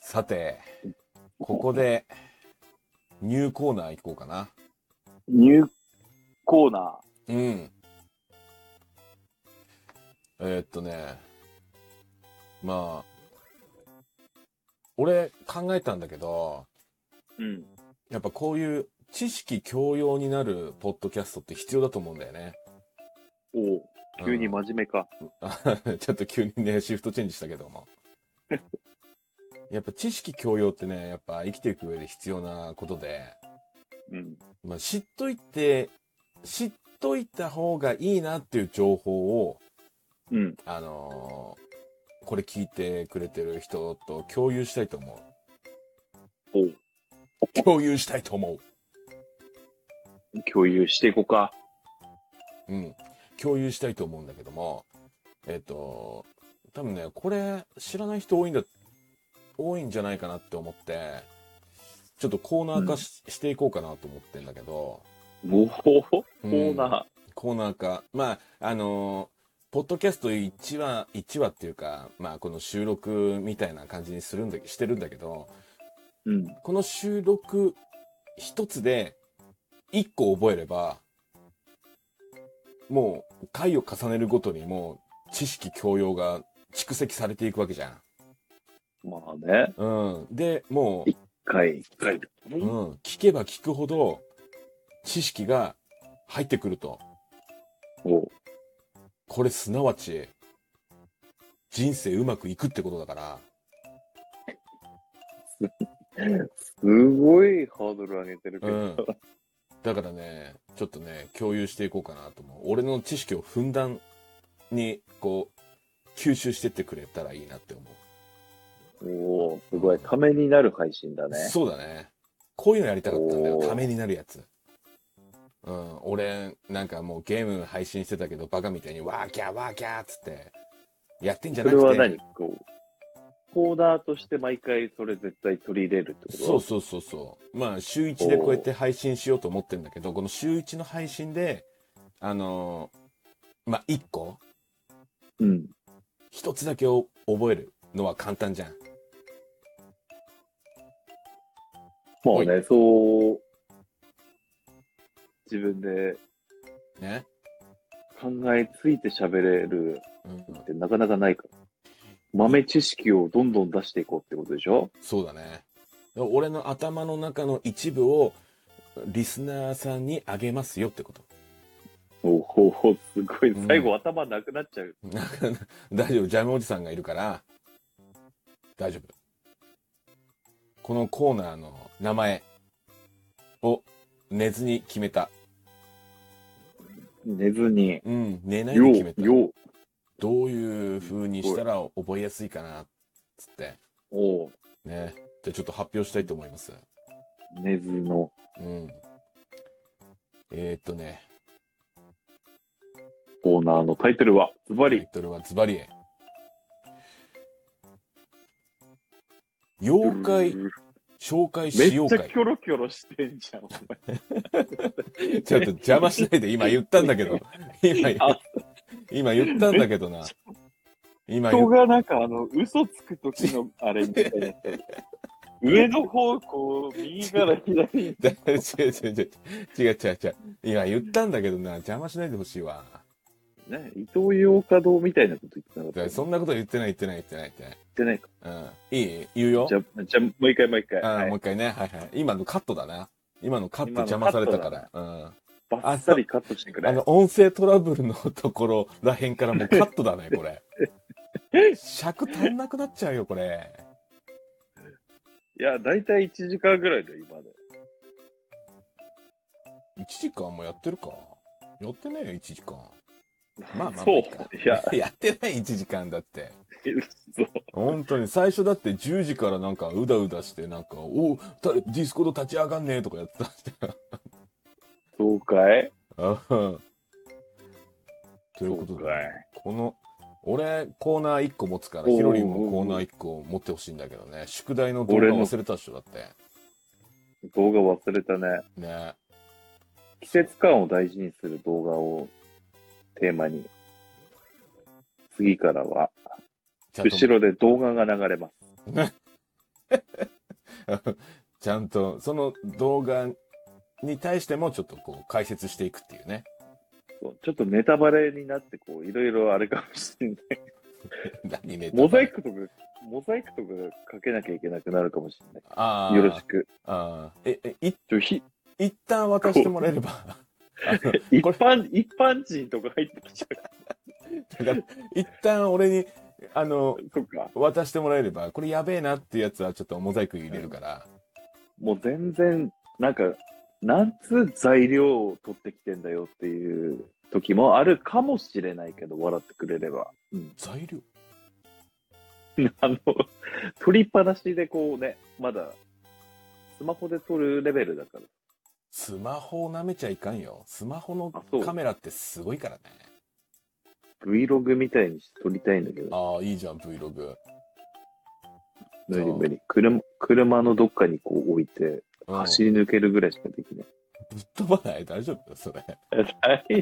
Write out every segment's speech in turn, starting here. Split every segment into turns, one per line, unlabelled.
さて、ここで、ニューコーナー行こうかな。
ニューコーナー。
うん。えーっとね、まあ、俺考えたんだけど、
うん。
やっぱこういう知識教養になるポッドキャストって必要だと思うんだよね。
おう急に
うん
真面目か。
ちょっと急にね、シフトチェンジしたけども。やっぱ知識教養ってね、やっぱ生きていく上で必要なことで、
うん。
まあ、知っといて、知っといた方がいいなっていう情報を、
うん。
あのーこれ聞いてくれてる人と共有したいと思
おう
う。共有したいと思
共有していこうか。
う。うん。共有したいと思うんだけども、えっ、と、多分ね、これ知らない人多いんだ、多いんじゃないかなって思って、ちょっとコーナー化し,、していこうかなと思ってんだけど、
おおコ
うん
ーナ
コーナー化。まあ、あのーポッドキャスト1話、1話っていうか、まあ、この収録みたいな感じにするんだ、してるんだけど、
ー。うん。
この収録一つで一個覚えれば、もう回を重ねるごとにもう知識教養が蓄積されていくわけじゃん。
まあね。
うん。で、もう、
回。回。
うん、聞けば聞くほど知識が入ってくると。
おう
これすなわち、人生うまくいくってことだから。
すごいハードル上げてるけ
う
ど。
ん。だからね、ちょっとね、共有していこうかなと思う。俺の知識をふんだんに、こう、吸収してってくれたらいいなって思う。
おおすごい。ためになる配信だね。
そうだね。こういうのやりたかったんだよ。
おー
ためになるやつ。うん、俺、なんかもうゲーム配信してたけど、バカみたいに、ワーキャーワーキャーっつって、やってんじゃ
そ
なく
れ
て。
は何こう。コーダーとして毎回それ絶対取り入れるってこと
そうそうそうそう。まあ、週1でこうやって配信しようと思ってんだけど、この週1の配信で、あのーまあ、1個、
うん。
一つだけを覚えるのは簡単じゃん。
まあね、そう、自分で
ね。
考えついて喋れる
うん、
ってなかなかないから。豆知識をどんどん出していこうってことでしょ
そうだね。俺の頭の中の一部をリスナーさんにあげますよってこと。
おほほ、すごい
うん。
最後、頭なくなっちゃう。
なんか大丈夫。ジャムおじさんがいるから、大丈夫。このコーナーの名前を寝ずに決めた。
寝ずに。
うん、寝ない
よ
で決め
う、
た。
よう。
どういう風にしたら覚えやすいかな、つって。
おう
ね。じゃあちょっと発表したいと思います。
寝ずの。
うん。えー、っとね、
コーナーのタイトルは、ズバ
タイ
リ、
トルはズバリエ。妖怪
うん
紹介
め
しよ
っ
う
ち
か
ゃキョロキョロしてんじゃん、お 前
ちょっと邪魔しないで、今言ったんだけ ど。今、
あ
今言ったんだけどな。今言
人
っ
がなんかあの、嘘つく時のあれみたいになってる。上の方こう、右から 左。
だ 違う違う違う違う違う違う違う。今言ったんだけどな、邪魔しないでほしいわ。
ね、伊藤洋華堂みたいなこと言ってなか
だ
っ
か
た。
らそんなこと言ってない言ってない言ってない言って
じゃないか。
ない。うん。いい言うよ
じ。ゃあ、じゃあもう一回もう一回。
あ
は
ー
い
もう一回ね。はいはい。今のカットだな。今のカット
今のカ
邪
ット
魔されたから。うん。
バッサリカットしてくれ。
あの、音声トラブルのところらへんからもうカットだね、こ れ。尺足んなくなっちゃうよ、これ。
いや、だいたい1時間ぐらいだよ、今で。
1時間もやってるか。やってないよ、1時間。まあまあまあ
そう。
い
い
いか
や、
やってない、1時間だって。
そう。
本当に、最初だって10時からなんかうだうだして、なんか、おたディスコード立ち上がんねえとかやってたして。
そうかい
うんとい
そうう
ことで、
かい。
この、俺、コーナー1個持つから、
おうおうおう
ヒロリンもコーナー1個持ってほしいんだけどね。宿題の動画
俺の
忘れたっしょ、だって。
動画忘れたね。
ね
季節感を大事にする動画をテーマに、次からは、
ちゃんと
後ろで動画が流れます。
ちゃんと、その動画に対してもちょっとこう解説していくっていうね。
そうちょっとネタバレになって、こう、いろいろあれかもしれない。
何ね。
モザイクとか、モザイクとかかけなきゃいけなくなるかもしれ
あ
な
あ。
い。よろしく。
ああ。え、え、い、
ちょひ
一旦渡してもらえれば。 あの
一般、一般人とか入ってきちゃ
一旦俺に、あの、
うとか。
渡してもらえれば、これやべえなっていうやつはちょっとモザイク入れるから。
もう全然、なんか、なんつう材料を取ってきてんだよっていう時もあるかもしれないけど、笑ってくれれば。 うん。
材料
あの、取りっぱなしでこうね、まだ、スマホで撮るレベルだから。
スマホを舐めちゃいかんよ。スマホの
あそう
カメラってすごいからね。
Vlog みたいにして撮りたいんだけど、
ああ、いいじゃん、Vlog。
無理
そう
無理。車、車のどっかにこう置いて、
うん
走り抜けるぐらいしかできない。
ぶっ飛ばない大丈夫それ。
大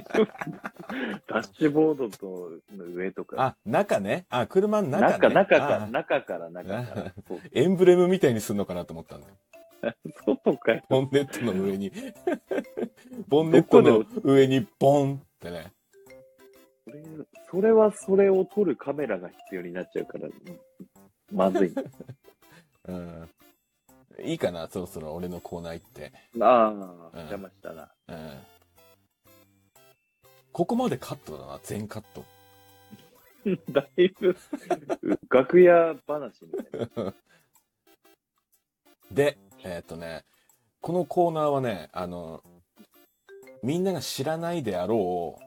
丈夫。ダッシュボードとの上とか。
あ、中ね。あ、車の中、ね。
中、中か
あ
ら、中から、中から。そう
エンブレムみたいにすんのかなと思ったんだよ。
外かよ。
ボンネットの上 に。ボンネットの上にボンってね。
それそれはそれを撮るカメラが必要になっちゃうから、まずい。
うん。いいかな、そろそろ俺のコーナー行って。
あ
うん
あ、邪魔したな。
うん。ここまでカットだな、全カット。
だいぶ、楽屋話みたいな。
で、えーっ、とね、このコーナーはね、あの、みんなが知らないであろ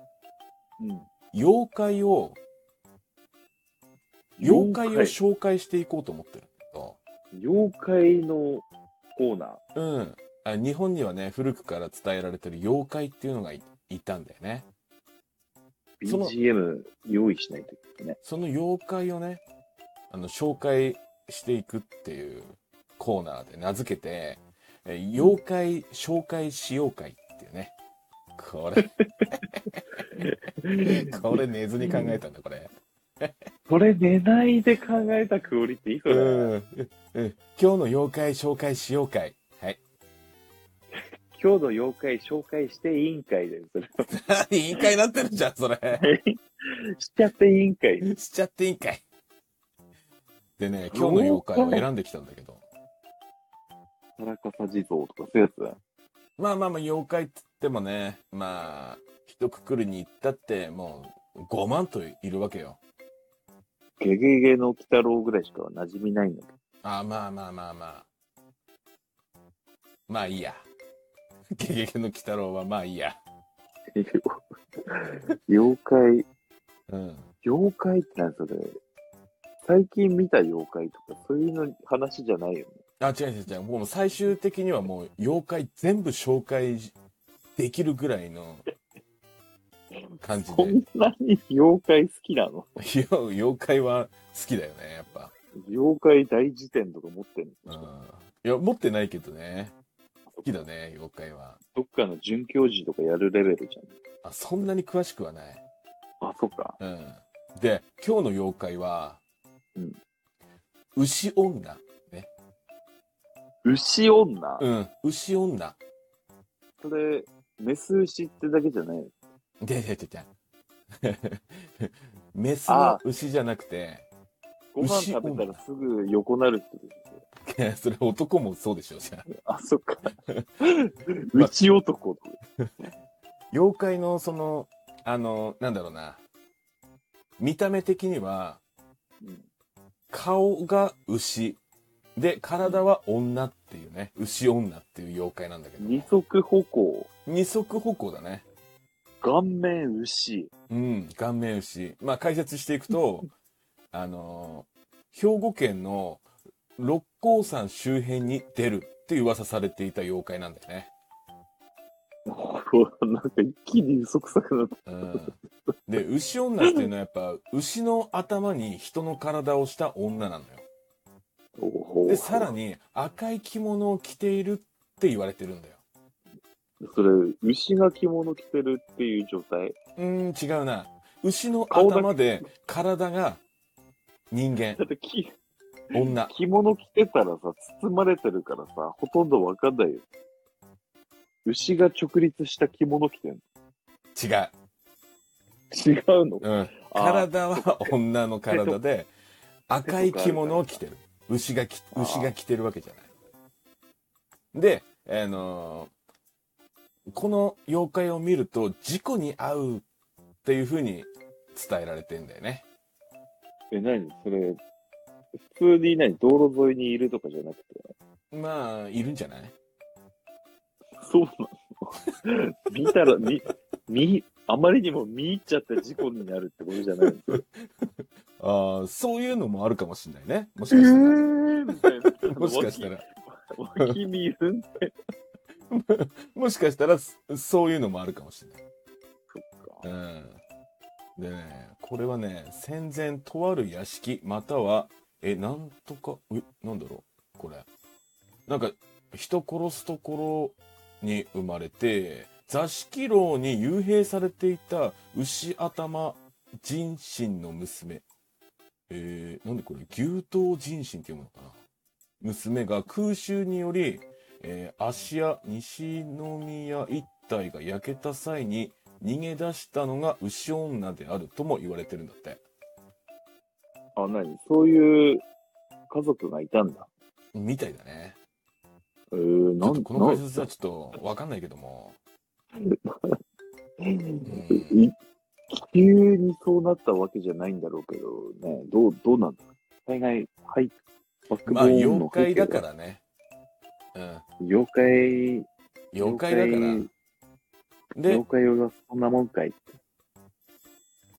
う、
うん
妖怪を、妖怪を
妖
紹介していこうと思ってるんだけど、
妖怪のコーナー。
うん。あ日本にはね、古くから伝えられてる妖怪っていうのがいいたんだよね。その
BGM 用意しないといけない。
その妖怪をね、あの、紹介していくっていうコーナーで名付けて、え妖怪紹介しようかいっていうね。これ、 これ寝ずに考えたんだ、これ。
それ寝ないで考えたクオリティそれ、
うん。うん今日の妖怪紹介しようかい。はい。
今日の妖怪紹介して委員会で、それ。
いいかになってるじゃん、それ。
しちゃって委 員会。
しちゃっていいんかい。でね、今日の妖怪を選んできたんだけど。
田中さ地蔵とかそういうやつだ。
まあまあまあ、妖怪っつってもね、まあ、一括りに行ったって、もう、5万といるわけよ。
ゲゲゲの鬼太郎ぐらいしか馴染みないんだけど。
ああ、まあまあまあまあ。まあいいや。ゲゲゲの鬼太郎はまあいいや。
妖怪、
うん。
妖怪って何それ最近見た妖怪とかそういうの話じゃないよね。
あ、違う違う違う。もう最終的にはもう、妖怪全部紹介できるぐらいの感じ
こ
で。
んなに妖怪好きなの
いや妖怪は好きだよね、やっぱ。
妖怪大辞典とか持ってん
うん
の、。
いや、持ってないけどね。好きだね、妖怪は。
どっかの准教授とかやるレベルじゃ
あ、そんなに詳しくはない。
ん。あ、そっか。
うん。で、今日の妖怪は、
うん
牛女。
牛女、
うん。牛女。
それ、メス牛ってだけじゃない。
で、で、で、で。 メスの牛じゃなくて、
ご飯食べたらすぐ横なる人ですよ。
それ男もそうでしょ、じゃあ。
あ、そっ か。内男とか。
妖怪のその、あの、なんだろうな。見た目的には、
うん
顔が牛。で、体は女っていうね。牛女っていう妖怪なんだけど。
二足歩行、
二足歩行だね。
顔面牛。
うん、顔面牛。まあ解説していく と、あのー兵庫県の六甲山周辺に出るって噂されていた妖怪なんだよね。
なんか一気に嘘くさくなった。
うん。で、牛女っていうのはやっぱ牛の頭に人の体をした女なのよ。で、さら
に。
に赤い着物を着ているって言われてるんだよ。
それ、牛が着物着てるっていう状態。
うーん、違うな。牛の
顔だけ
頭で体が人間。
だってき、
女。
着物着てたらさ、包まれてるからさ、ほとんどわかんないよ。牛が直立した着物着てんの。
違う。
違うの
うん。
あー
体は女の体で、赤い着物を着てる。牛がき、
あー
牛が着てるわけじゃない。で、あのーこの妖怪を見ると、事故に遭うっていう風に伝えられてんだよね。
え、何それ、普通に何道路沿いにいるとかじゃなくて。
まあ、いるんじゃない
そうなの 見たら、見、見、あまりにも見入っちゃって事故になるってことじゃないの
ああ、そういうのもあるかもしれないね。もし
え
かしたら。
ーみたいな。
もしかしたら、
脇。脇見るん
もしかしたら、そそういうのもあるかもしれない。
か。
うん。でね、これはね、戦前とある屋敷、または、え、なんとか、え、なんだろう、これ。なんか、人殺すところに生まれて、座敷牢に幽閉されていた牛頭人身の娘。えー、なんでこれ、牛刀人身って読むのかな娘が空襲により、えー、芦屋西宮一帯が焼けた際に逃げ出したのが牛女であるとも言われてるんだって。
あ、何そういう家族がいたんだ。
みたいだね。
えー、
ちょ
な
っ
ん
とこの解説はちょっとわかんないけども。
うんい急にそうなったわけじゃないんだろうけど、ね、どう、どうなんだろう大概、はい、バックボ
まあ、
ーン
妖
の背
怪
景
だからね。うん。
妖怪、
妖怪だから
妖。
で
妖、怪はそんなもんかいって。